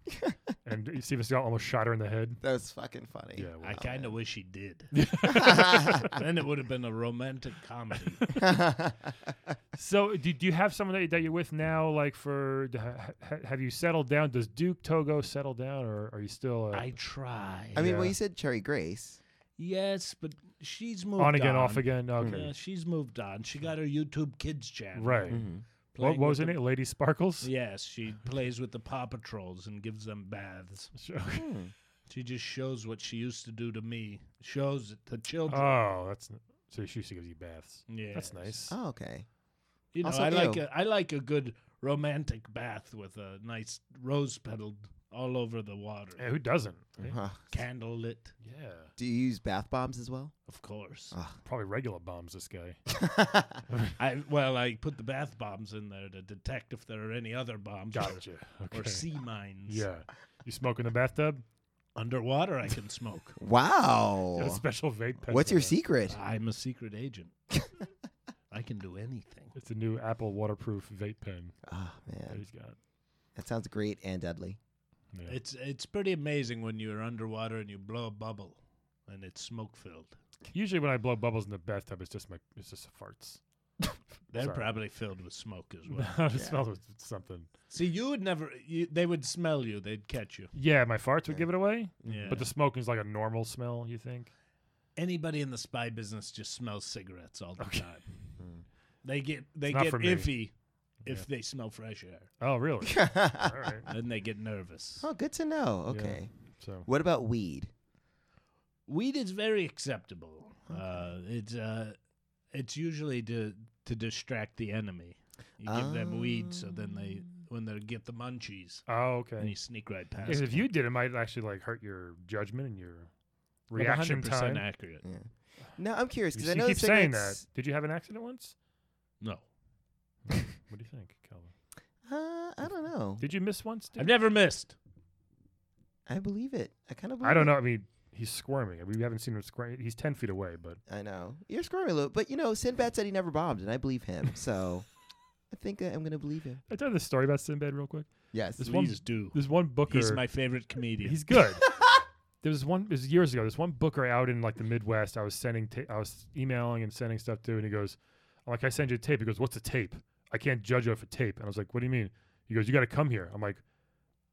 and Steven Seagal almost shot her in the head.
that was fucking funny.
Yeah, well,
I kind of wish he did.
Yeah.
then it would have been a romantic comedy.
So, do, do you have someone that, that you're with now? Like, for d- ha, ha- have you settled down? Does Duke Togo settle down, or are you still uh,
I try.
I mean, well,
Yeah.
you said Cherry Grace.
yes, but she's moved
on again, off
on.
again?
Yeah,
Okay,
she's moved on. She got her YouTube Kids channel.
right. What,
playing
what was
with
in
the-
it? Lady Sparkles.
Yes, she plays with the Paw Patrols and gives them baths.
Sure.
Hmm.
She just shows what she used to do to me. Shows it to children.
Oh, that's n- so. She used to give you baths.
yeah,
That's nice.
Oh, okay.
You know,
Also,
I like
ew.
a, I like a good romantic bath with a nice rose petal all over the water,
Yeah, who doesn't?
Uh-huh.
right?
Huh.
candle lit,
Yeah,
Do you use bath bombs as well?
of course.
probably regular bombs. This guy.
I well, I put the bath bombs in there to detect if there are any other bombs or-
Gotcha.
or,
Okay.
sea mines.
Yeah. You smoke in the bathtub?
underwater I can smoke.
Got a
Wow.
special vape pen.
What's
for
your
that.
secret?
I'm a secret agent. I can do anything.
It's a new Apple waterproof vape pen
Oh
that
man,
he's got.
that sounds great and deadly.
Yeah.
It's it's pretty amazing when you're underwater and you blow a bubble, and it's smoke filled.
Usually when I blow bubbles in the bathtub, it's just my it's just farts.
They're
Sorry.
probably filled with smoke as well.
it smells of something.
See, you would never. You, they would smell you. They'd catch you.
Yeah, my farts would give it away.
Yeah.
Mm-hmm. But the smoke is like a normal smell, you think?
anybody in the spy business just smells cigarettes all the time. They get they
Hmm. It's not
get
for me.
iffy if they smell fresh air.
Oh, really? All right.
Then they get nervous.
Oh, good to know. Okay.
So
What about weed?
Weed is very acceptable. Uh, it's uh, it's usually to to distract the enemy. You give them weed, so then they
Ah.
when they get the munchies,
Oh,
then you
okay.
sneak right past.
Because if
them.
you did, it might actually like hurt your judgment and your
But
reaction
100%
time.
accurate.
Yeah. No, I'm curious
You
because I
see-
know
keep saying that.
cigarettes-
Did you have an accident once?
No,
What do you think, Calvin?
Uh, I don't know.
Did you miss once? Dude?
I've never missed.
I believe it. I kind of. Believe
I don't
it.
know. I mean, he's squirming. I mean, we haven't seen him squirm. He's ten feet away, but
I know. You're squirming a little, but you know, Sinbad said he never bombed, and I believe him. So I think that I'm gonna believe him.
I tell you this story about Sinbad real quick.
Yes.
This one,
Please do.
this one Booker.
He's my favorite comedian.
He's good. there was one. It was years ago. This one Booker out in like the Midwest. I was sending. Ta- I was emailing and sending stuff to, and he goes, "I'm like, I send you a tape." He goes, "What's a tape? I can't judge you off a tape." And I was like, "What do you mean?" He goes, "You got to come here." I'm like,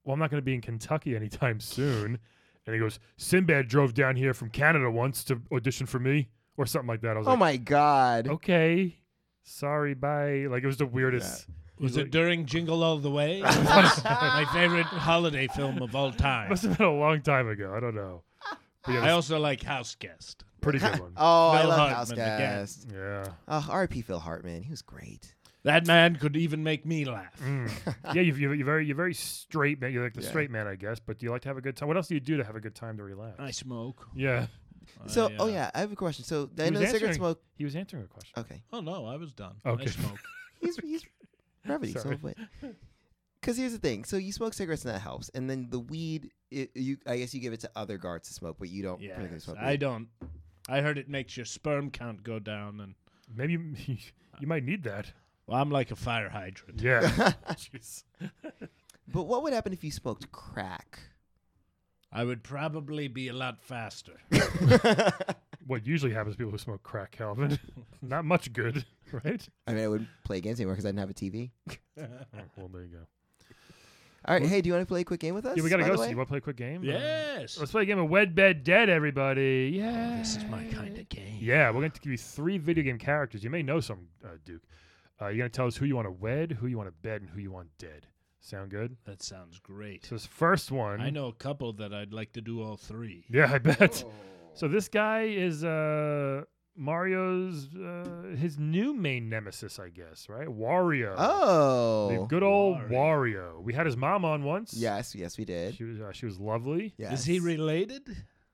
"Well, I'm not going to be in Kentucky anytime soon." and he goes, "Sinbad drove down here from Canada once to audition for me, or something like that." I was
Oh
like, Oh,
my God.
"Okay." Sorry, bye. Like it was the weirdest.
Was
He's
it
like-
during Jingle All the Way? my favorite holiday film of all time.
Must have been a long time ago. I don't know. But yeah,
I
it was
also like House Guest.
a pretty good one.
Oh, I
Phil
love
Hartman again.
Houseguest.
Yeah.
Oh, R.I.P. Phil Hartman. He was great.
That man could even make me laugh.
Mm. yeah, you you're very you're very straight man. You're like the
Yeah.
straight man, I guess. But do you like to have a good time? What else do you do to have a good time to relax?
I smoke.
Yeah.
So,
I,
oh
uh,
yeah, I have a question. So,
He
I know
was
cigarette
answering-
smoke. Uh.
He was answering a question.
Okay,
Oh no, I was done.
Okay.
I smoke.
he's he's brevity. so
Sorry.
what? Because here's the thing. So you smoke cigarettes and that helps, and then the weed, it, you I guess you give it to other guards to smoke, but you don't
Yeah.
particularly smoke.
I
weed.
don't. I heard it makes your sperm count go down, and
Maybe you, you might need that.
well, I'm like a fire hydrant.
Yeah. Jeez.
But what would happen if you smoked crack?
I would probably be a lot faster.
What usually happens to people who smoke crack, Calvin? Not much good, right?
I mean, I wouldn't play games anymore because I didn't have a TV.
Oh, well, there you go.
All right. Hey, do you want to play a quick game with us?
Yeah, we gotta
by
go.
the
So
way?
you want to play a quick game? Uh,
Yes.
let's play a game of Wed Bed Dead, everybody.
Oh,
Yeah.
This is my kind of game.
Yeah, we're going to give you three video game characters. You may know some, uh, Duke. Uh, you're going to tell us who you want to wed, who you want to bed, and who you want dead. Sound good?
That sounds great.
So this first one.
I know a couple that I'd like to do all three.
Yeah, I bet. So this guy is uh, Mario's uh, his new main nemesis, I guess. Right, Wario. the
Oh.
good old
Wario.
Wario. We had his mom on once.
Yes. Yes, we did.
she was uh, she was lovely.
Yes.
Is he related?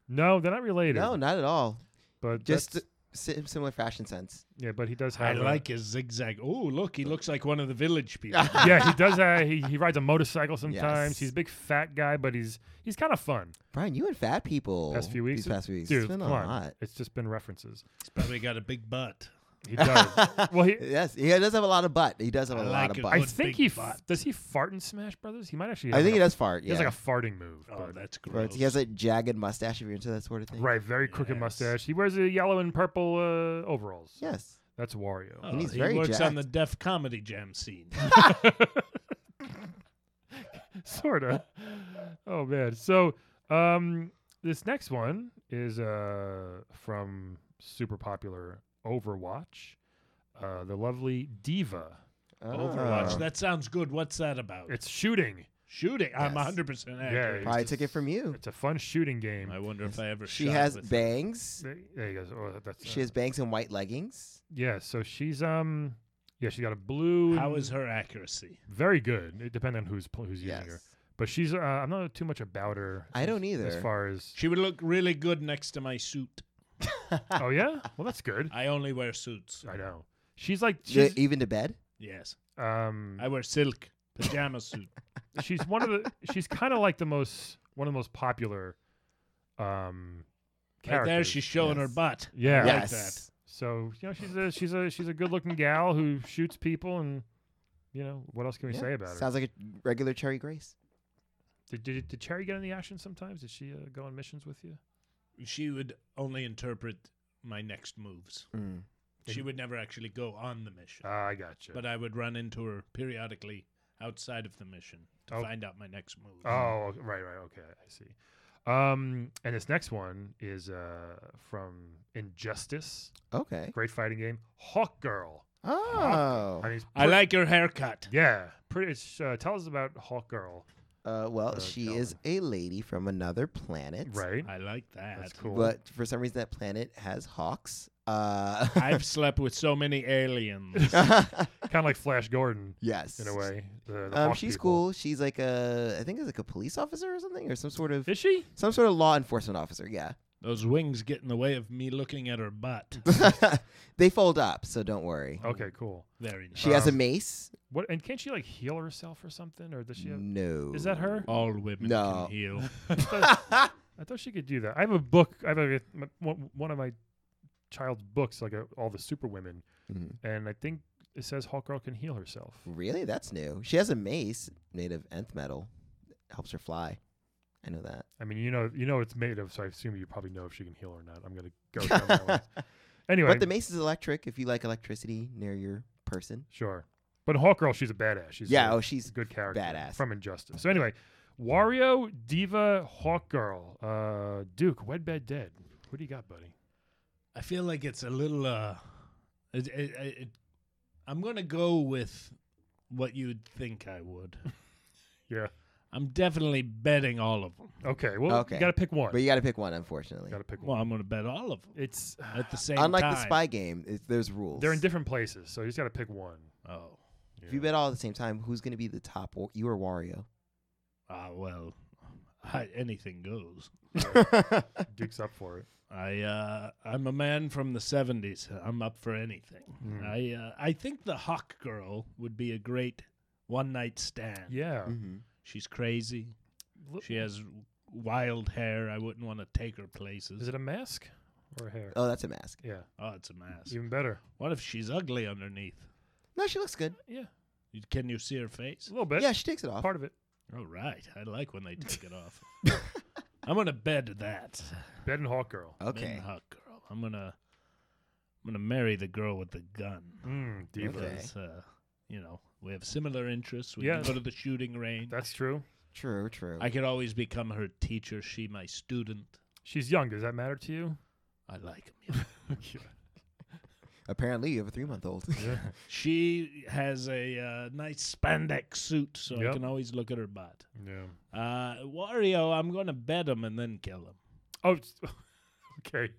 No, they're not related.
No, not at all.
but
Just
that's-
si- similar fashion sense.
yeah, but he does
I
have. a-
like his zigzag. Oh, look, he looks like one of the village people.
yeah, he does. Uh, he he rides a motorcycle sometimes.
Yes.
He's a big fat guy, but he's he's kind of fun.
Brian, you and fat people.
Past few weeks,
These past few weeks.
dude,
it's been a
come on.
lot.
It's just been references.
He's probably got a big butt.
He does. well, he.
Yes, he does have a lot of butt. He does have a
I
lot
like
of
it.
butt.
I
Good
think
big
he f-
butt.
does. He fart in Smash Brothers. He might actually.
I
have,
think he
like,
does
a-
fart.
he
Yeah.
has like a farting move.
Oh,
but-
that's
Or
gross.
it's- he has a jagged mustache. If you're into that sort of thing.
Right, very crooked
Yes.
mustache. He wears a yellow and purple uh, overalls.
Yes.
That's Wario.
Oh,
and he's
he
very
works on
jacked.
the deaf comedy jam scene.
Sorta. Oh man. So um this next one is uh from super popular Overwatch. Uh the lovely Diva.
Overwatch.
Uh.
Oh.
That sounds good. What's that about?
It's shooting.
shooting. I'm
Yes.
100%
Yeah,
accurate.
it's-
Probably took it from you.
It's a fun shooting game.
I wonder if I ever
She
shot
has
with-
bangs.
There there you go. Oh, that's
She
uh,
has bangs and white leggings.
Yeah, so she's um yeah, she's got a blue
How
and-
is her accuracy?
very good. It depends on who's pl- who's
Yes.
using her. But she's uh, I'm not too much about her.
I don't
as-
either.
As far as
She would look really good next to my suit.
oh yeah, well that's good.
I only wear suits.
I know. She's like
Yeah,
she's
even to bed.
Yes.
um
I wear silk pajama suit.
she's one of the she's kind of like the most one of the most popular um
Right
characters.
there, she's showing her
Yes.
butt.
yeah.
like
yes.
that.
So you know she's a she's a she's a good looking gal who shoots people and you know what else can we
Yeah.
say about her?
Sounds like a regular Cherry Grace.
Did, did did Cherry get in the action sometimes? Did she uh, go on missions with you?
She would only interpret my next moves.
Mm.
She would never actually go on the mission,
Ah, I gotcha.
but uh, I would run into her periodically outside of the mission to
Oh.
find out my next move.
Oh, ok- right, right, okay, I see. Um, and this next one is uh from Injustice,
Okay.
great fighting game, Hawk Girl.
Oh.
I mean, it's
I
pre-
like your haircut.
yeah, pretty. It's, uh, tell us about Hawk Girl,
Uh, well,
Uh,
she is a lady from another planet.
right?
I like that.
That's cool.
But for some reason, that planet has hawks. Uh,
I've slept with so many aliens.
kind of like Flash Gordon
yes.
in a way. The, the
Um,
Hawk
she's
people.
cool. She's like a, I think it's like a police officer or something, or some sort of,
Is she?
some sort of law enforcement officer. Yeah.
Those wings get in the way of me looking at her butt.
they fold up, so don't worry.
Okay, cool.
Very nice.
She has a
Oh, Um,
mace.
What? And can't she like heal herself or something? Or does she? Have,
No.
Is that her?
All women
No.
can heal.
I, thought, I thought she could do that. I have a book. I have a, my, one one of my child's books, like a, all the super women,
Mhm.
and I think it says Hawk Girl can heal herself.
Really? That's new. She has a mace made of nth metal. Helps her fly. I know that.
I mean, you know, you know, it's made of. So I assume you probably know if she can heal or not. I'm gonna go down that one. Anyway,
But the mace is electric if you like electricity near your person.
sure. But Hawk Girl, she's a badass. She's
yeah,
a
oh, she's
good character,
badass.
from Injustice. So anyway, Wario, Diva, Hawk Girl, uh, Duke, Wed Bed Dead. What do you got, buddy?
I feel like it's a little. Uh, it, it, it, it- I'm gonna go with what you'd think I would.
Yeah.
I'm definitely betting all of them.
Okay. Well,
Okay.
you gotta pick one.
But you got to pick one, unfortunately.
gotta pick one.
Well, I'm gonna bet all of them
It's
at the same
Unlike
time.
the spy game, it, there's rules.
They're in different places, so you just got to pick one.
Oh,
Yeah.
if you bet all at the same time, who's going to be the top? Wa- You or Wario?
ah, well, I, anything goes.
Duke's up for it.
I uh, I'm a man from the '70s. I'm up for anything.
Mm.
I uh, I think the Hawk Girl would be a great one night stand.
Yeah.
hmm
she's crazy.
L-
She has wild hair. I wouldn't want to take her places.
Is it a mask or a hair?
Oh, that's a mask.
yeah.
Oh, it's a mask.
Even better.
What if she's ugly underneath?
No, she looks good.
Yeah.
You- Can you see her
A
face?
little bit.
yeah, she takes it off.
Part of it.
All right. I like when they take it off. I'm gonna bed that.
Bed and Hawk Girl.
Okay.
Min Hawk girl. I'm gonna I'm gonna marry the girl with the gun.
Mm, diva.
Okay.
Because, uh, you know, we have similar interests. We
Yeah.
can go to the shooting range.
That's true.
True, true.
I could always become her teacher. She my student.
She's young. Does that matter to you?
I like him.
Apparently, you have a three month old.
Yeah.
she has a uh, nice spandex suit, so
Yep.
I can always look at her butt.
yeah.
Uh, Wario, I'm going to bet him and then kill him.
Oh, it's- okay.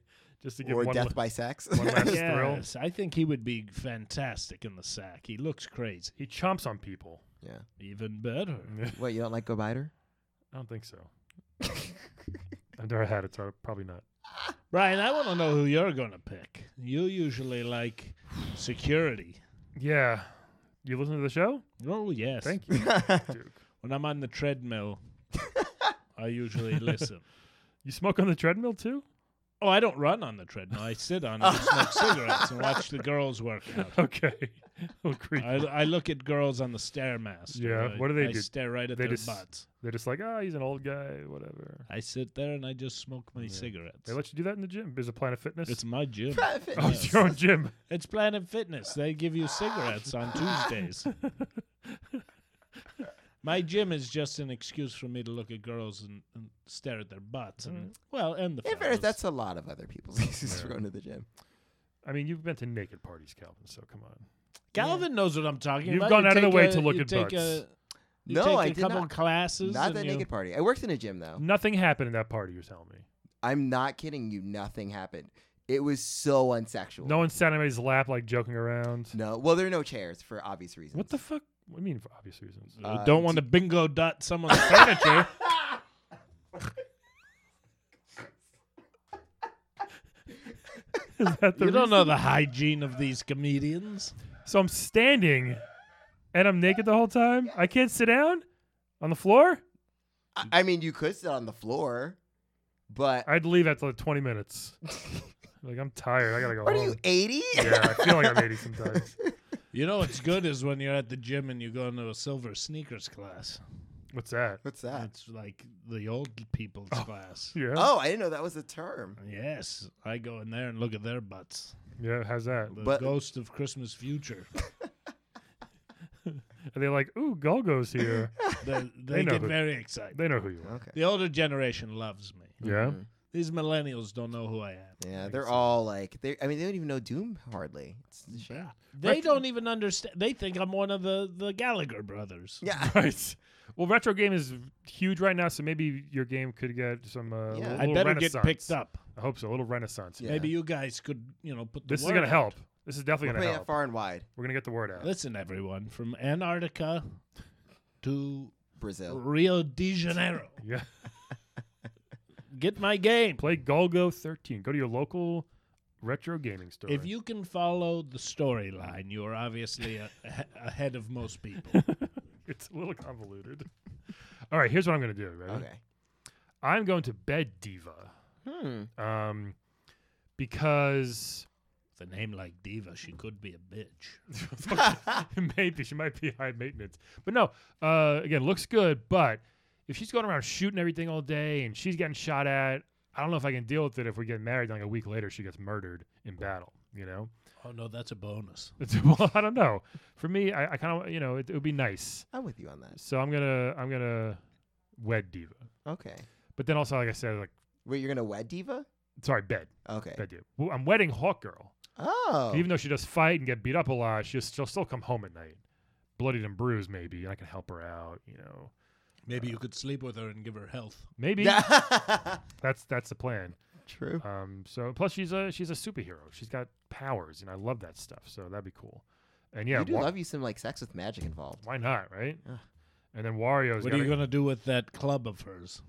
Just to give
or
one
death
la-
by sex.
one last thrill.
Yes, I think he would be fantastic in the sack. He looks crazy.
He chomps on people.
yeah.
Even better.
What, you don't like Go Biter?
I don't think so. I've never had it, so probably not.
Brian, I want to know who you're going to pick. You usually like security.
Yeah. You listen to the show?
Oh, yes.
Thank you, Duke.
When I'm on the treadmill, I usually listen.
You smoke on the treadmill too?
Oh, I don't run on the treadmill. I sit on it and smoke cigarettes and watch the girls work out.
Okay. Oh, creepy.
I, I look at girls on the Stairmaster.
Yeah,
I-
what do they
I
do?
stare right at
They
their
just-
butts.
They're just like, ah, he's an old guy, whatever.
I sit there and I just smoke my
Yeah.
cigarettes.
They let you do that in the gym. There's a Planet Fitness.
It's my gym.
oh, it's your own gym.
It's Planet Fitness. They give you cigarettes on Tuesdays. My gym is just an excuse for me to look at girls and, and stare at their butts
Mm-hmm.
and well, and the
In fairness,
fellas.
that's a lot of other people's excuses for
Yeah.
going to the gym.
I mean, you've been to naked parties, Calvin. So come on.
Calvin knows what I'm talking
You've
about.
gone
You
out of the
take
way
a-
to look
you
at
take
butts.
A, you
No,
take
I
a
did
couple
not.
classes.
Not
and
that
you-
naked party. I worked in a gym though.
Nothing happened in that party. You're telling me.
I'm not kidding you. Nothing happened. It was so unsexual.
No one sat on anybody's lap, like joking around.
No. Well, there are no chairs for obvious reasons.
What the fuck? I mean, for obvious reasons.
You
Uh,
don't want to bingo dot someone's furniture.
Is that the
You don't
reason?
know the hygiene of these comedians.
So I'm standing, and I'm naked the whole time. I can't sit down on the floor.
I, I mean, you could sit on the floor, but
I'd leave after like 20 minutes. like I'm tired. I gotta go
what are
home.
you 80?
yeah, I feel like I'm 80 sometimes.
You know what's good is when you're at the gym and you go into a silver sneakers class.
What's that?
What's that?
It's like the old people's class.
Yeah.
Oh, I didn't know that was a term.
Yes, I go in there and look at their butts.
Yeah. How's that?
The
But-
ghost of Christmas future.
Are they like, ooh, Golgo's here?
they they
know
get
who-
very excited.
they know who you are.
Okay.
The older generation loves me.
Yeah.
Mm-hmm.
These millennials don't know who I am.
Yeah, they're all like they. I mean, they don't even know Doom hardly. It's a shame.
They don't even understand. They think I'm one of the, the Gallagher brothers.
Yeah.
Right. Well, retro game is huge right now, so maybe your game could get some. Uh,
Yeah.
little-
I
little
better get
renaissance.
picked up.
I hope so. A little renaissance.
Yeah.
Maybe you guys could, you know, put the
This is
word
gonna
out.
help. This is definitely
We're
gonna
putting
help.
it far and wide.
We're gonna get the word out.
Listen, everyone, from Antarctica to
Brazil.
Rio de Janeiro.
Yeah.
Get my game.
Play Golgo 13. Go to your local retro gaming store.
If you can follow the storyline, you are obviously a, a, ahead of most people.
it's a little convoluted. All right, here's what I'm gonna do. Ready?
Okay.
I'm going to bed diva.
Hmm.
Um, because
With a name like Diva, she could be a bitch.
maybe she might be high maintenance, but no. Uh, again, looks good, but if she's going around shooting everything all day and she's getting shot at, I don't know if I can deal with it. If we get married, like a week later, she gets murdered in battle. You know,
Oh no, that's a bonus.
it's, well, I don't know. For me, I, I kind of you know it, it would be nice.
I'm with you on that.
So I'm gonna I'm gonna wed diva,
Okay.
but then also like I said, like
Wait, you're gonna wed diva?
sorry, bed
Okay.
bed diva. Well, I'm wedding hawk girl.
Oh.
Even though she does fight and get beat up a lot, she'll, she'll still come home at night, bloodied and bruised, maybe, and I can help her out. You know,
Maybe you could sleep with her and give her health.
maybe that's that's the plan.
True.
Um, so plus she's a she's a superhero. She's got powers, and I love that stuff. So that'd be cool. And yeah,
you do
Wa-
love you some like sex with magic involved.
why not, right?
Ugh.
And then Wario's.
What are
gotta-
you gonna do with that club of hers?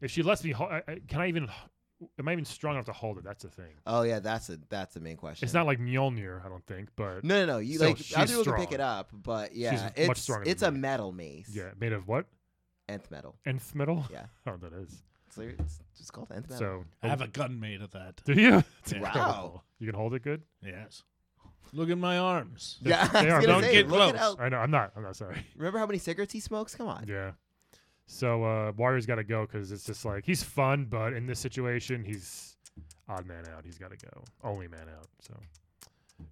if she lets me, ho- I, I- can I even? h- Am I even strong enough to hold it? That's the thing.
Oh yeah, that's a that's the main question.
It's not like Mjolnir, I don't think, but
No, no, no. You
Still,
like
she's
other people can pick
strong.
it up, but yeah,
much
it's
stronger than
it's a
me.
metal mace.
yeah, made of what?
Nth metal.
Nth metal?
Yeah.
oh, that is.
It's, like- it's just called nth metal.
So
I have a gun made of that.
do you? It's
Wow.
incredible. You can hold it good.
Yes. Look at my arms.
yeah,
they
I
are
was gonna
don't
say,
get
look at
close.
how-
I know. I'm not. I'm not sorry.
remember how many cigarettes he smokes? Come on.
Yeah. So uh, Warrior's got to go because it's just like he's fun, but in this situation, he's odd man out. He's got to go. Only man out. So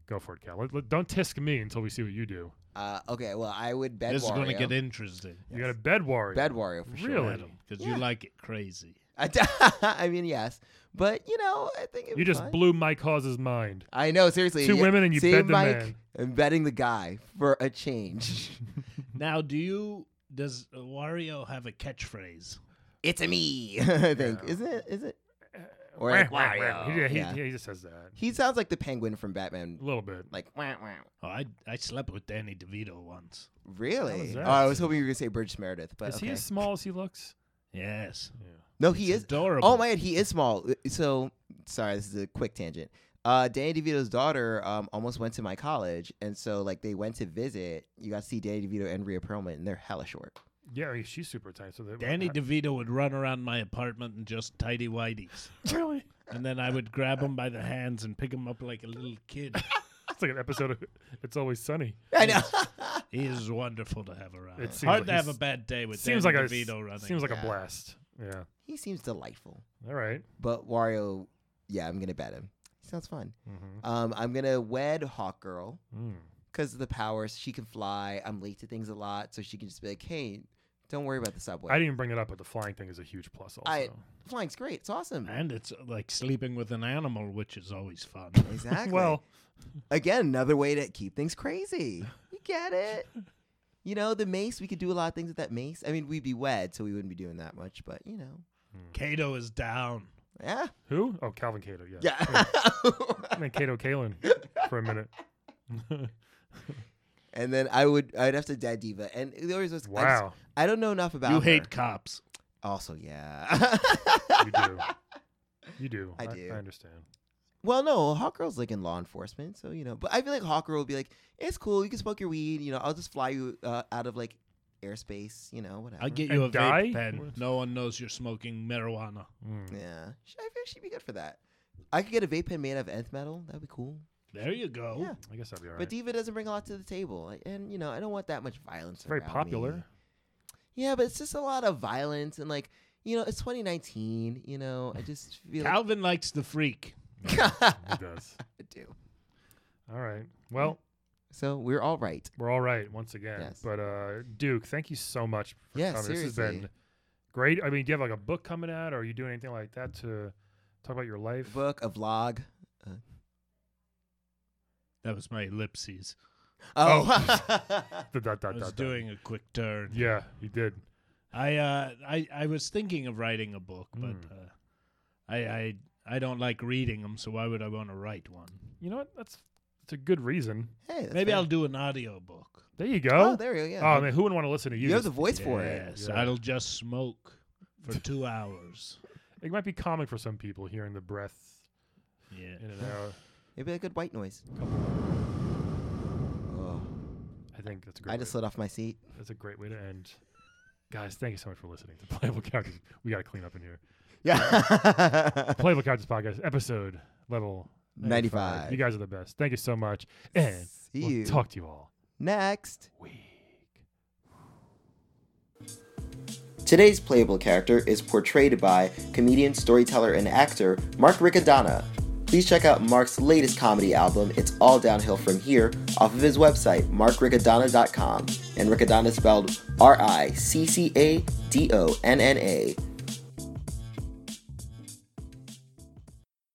Go for it, Cal. Let- let- don't tisk me until we see what you do.
Uh, okay, well, I would bed
this is
Wario.
going to get interesting.
You got a bed warrior.
bed Wario for sure.
Really?
Because you like it crazy.
I, d- I mean, yes, but you know, I think it'd
You
be
just
fun.
blew my cause's mind.
I know, seriously.
Two women and you
see,
bed the
Mike,
man.
I'm betting the guy for a change.
Now, do you. Does Wario have a catchphrase?
it's a me. I think isn't it? Is it? Or like
Wah, wah, wah.
Wario.
He, he,
yeah.
he just says that
He sounds like the penguin from Batman.
a little bit.
Like wow, wow.
Oh, I I slept with Danny DeVito once.
Really?
that?
Oh, I was hoping you were gonna say Burgess Meredith, but
is
okay.
he as small as he looks?
Yes.
no, he is.
Adorable.
Oh my god, he is small. Uh, So sorry, this is a quick tangent. Uh, Danny DeVito's daughter um, almost went to my college, and so like they went to visit. You got to see Danny DeVito and Rhea Perlman, and they're hella short.
Yeah, I mean, she's super tiny. So that,
Danny
I-
DeVito would run around my apartment in just tidy whities.
really?
And then I would grab him by the hands and pick him up like a little kid.
It's like an episode of It's Always Sunny.
I know.
He is wonderful to have around.
It
It's
seems
hard
like
to have a
he's-
bad day with
seems like
Danny
a
DeVito running.
seems like
Yeah.
a blast. Yeah.
he seems delightful,
All right.
but Wario, yeah, I'm gonna bet him. He sounds fun.
Mhm.
Um, I'm gonna wed Hawk Girl
Mm.
because of the powers. She can fly. I'm late to things a lot, so she can just be like, "Hey, don't worry about the subway."
I didn't even bring it up, but the flying thing is a huge plus. Also,
I- Flying's great. It's awesome.
and it's uh, like sleeping with an animal, which is always fun.
Exactly.
well,
again, another way to keep things crazy. You get it. You know, the mace, we could do a lot of things with that mace. I mean, we'd be wed, so we wouldn't be doing that much, but you know.
Kato is down.
Yeah.
who? Oh, Calvin Cato. Yeah.
Yeah.
I mean, Cato Kalin for a minute.
and then I would I'd have to dad diva. And there was this, I, just-
Wow,
I don't know enough about
You
her.
hate cops.
also, yeah.
you do. You do.
I do.
I understand.
well, no, Hawk Girl's like in law enforcement, so you know. But I feel like Hawk Girl would be like, It's cool, you can smoke your weed, you know, I'll just fly you uh, out of like airspace, you know, whatever.
I get
And
you a
die?
vape pen.
What?
No one knows you're smoking marijuana.
Mm.
Yeah. She- I feel she'd be good for that. I could get a vape pen made out of nth metal, that'd be cool.
There you go.
Yeah.
I guess that'd be all right.
But Diva doesn't bring a lot to the table, Like, and you know I don't want that much violence.
it's very
around
popular.
me. Yeah, but it's just a lot of violence and like you know it's 2019. You know I just feel like
Calvin likes the freak.
I
It does.
do.
All right. Well,
So we're all right.
we're all right once again.
Yes.
But uh, Duke, thank you so much for
Yeah,
coming. This has
seriously.
been great. I mean, do you have like a book coming out, or are you doing anything like that to talk about your
A
life?
book, a vlog.
That was my ellipses.
Oh,
Dot, dot,
I
dot,
was
dot, dot.
doing a quick turn.
Yeah, you did.
I uh I, I was thinking of writing a book, but
Mm.
uh, I I I don't like reading them, so why would I want to write one?
You know what? That's that's a good reason.
hey, that's
Maybe
fair.
I'll do an audio book.
There you
Oh,
go.
there you go.
oh
Yeah.
man, who wouldn't want to listen to you?
you have
Just-
the voice for it.
yes,
Yeah.
I'll just smoke for two hours.
It might be comic for some people hearing the breath
Yeah.
in and out.
It'd be a good white noise. Oh,
I think that's a great.
I just
way.
slid off my seat.
that's a great way to end. Guys, thank you so much for listening to Playable Characters. We got to clean up in here.
Yeah.
Playable Characters podcast episode level 95.
95.
You guys are the best. Thank you so much, and
See
we'll
you
talk to you all
next.
week.
Today's playable character is portrayed by comedian, storyteller, and actor Mark Riccadonna. Please check out Mark's latest comedy album, It's All Downhill From Here, off of his website, markricadonna.com. And Riccadonna is spelled R I C C A D O N N A.